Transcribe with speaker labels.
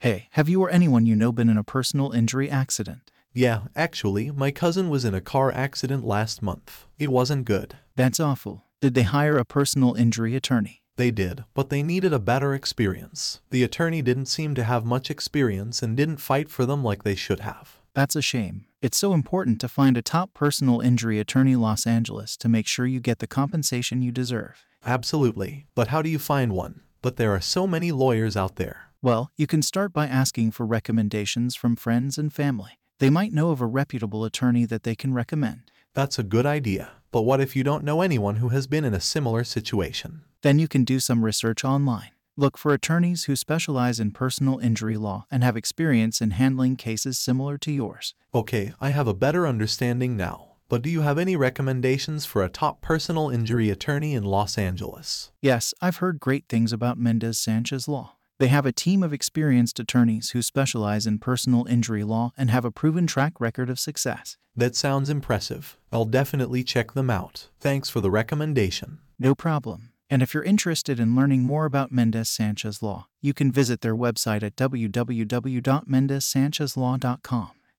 Speaker 1: Hey, have you or anyone you know been in a personal injury accident?
Speaker 2: Yeah, actually, my cousin was in a car accident last month. It wasn't good.
Speaker 1: That's awful. Did they hire a personal injury attorney?
Speaker 2: They did, but they needed a better experience. The attorney didn't seem to have much experience and didn't fight for them like they should have.
Speaker 1: That's a shame. It's so important to find a top personal injury attorney Los Angeles to make sure you get the compensation you deserve.
Speaker 2: Absolutely. But how do you find one? But there are so many lawyers out there.
Speaker 1: Well, you can start by asking for recommendations from friends and family. They might know of a reputable attorney that they can recommend.
Speaker 2: That's a good idea. But what if you don't know anyone who has been in a similar situation?
Speaker 1: Then you can do some research online. Look for attorneys who specialize in personal injury law and have experience in handling cases similar to yours.
Speaker 2: Okay, I have a better understanding now. But do you have any recommendations for a top personal injury attorney in Los Angeles?
Speaker 1: Yes, I've heard great things about Mendez Sanchez Law. They have a team of experienced attorneys who specialize in personal injury law and have a proven track record of success.
Speaker 2: That sounds impressive. I'll definitely check them out. Thanks for the recommendation.
Speaker 1: No problem. And if you're interested in learning more about Mendez Sanchez Law, you can visit their website at www.mendezsanchezlaw.com.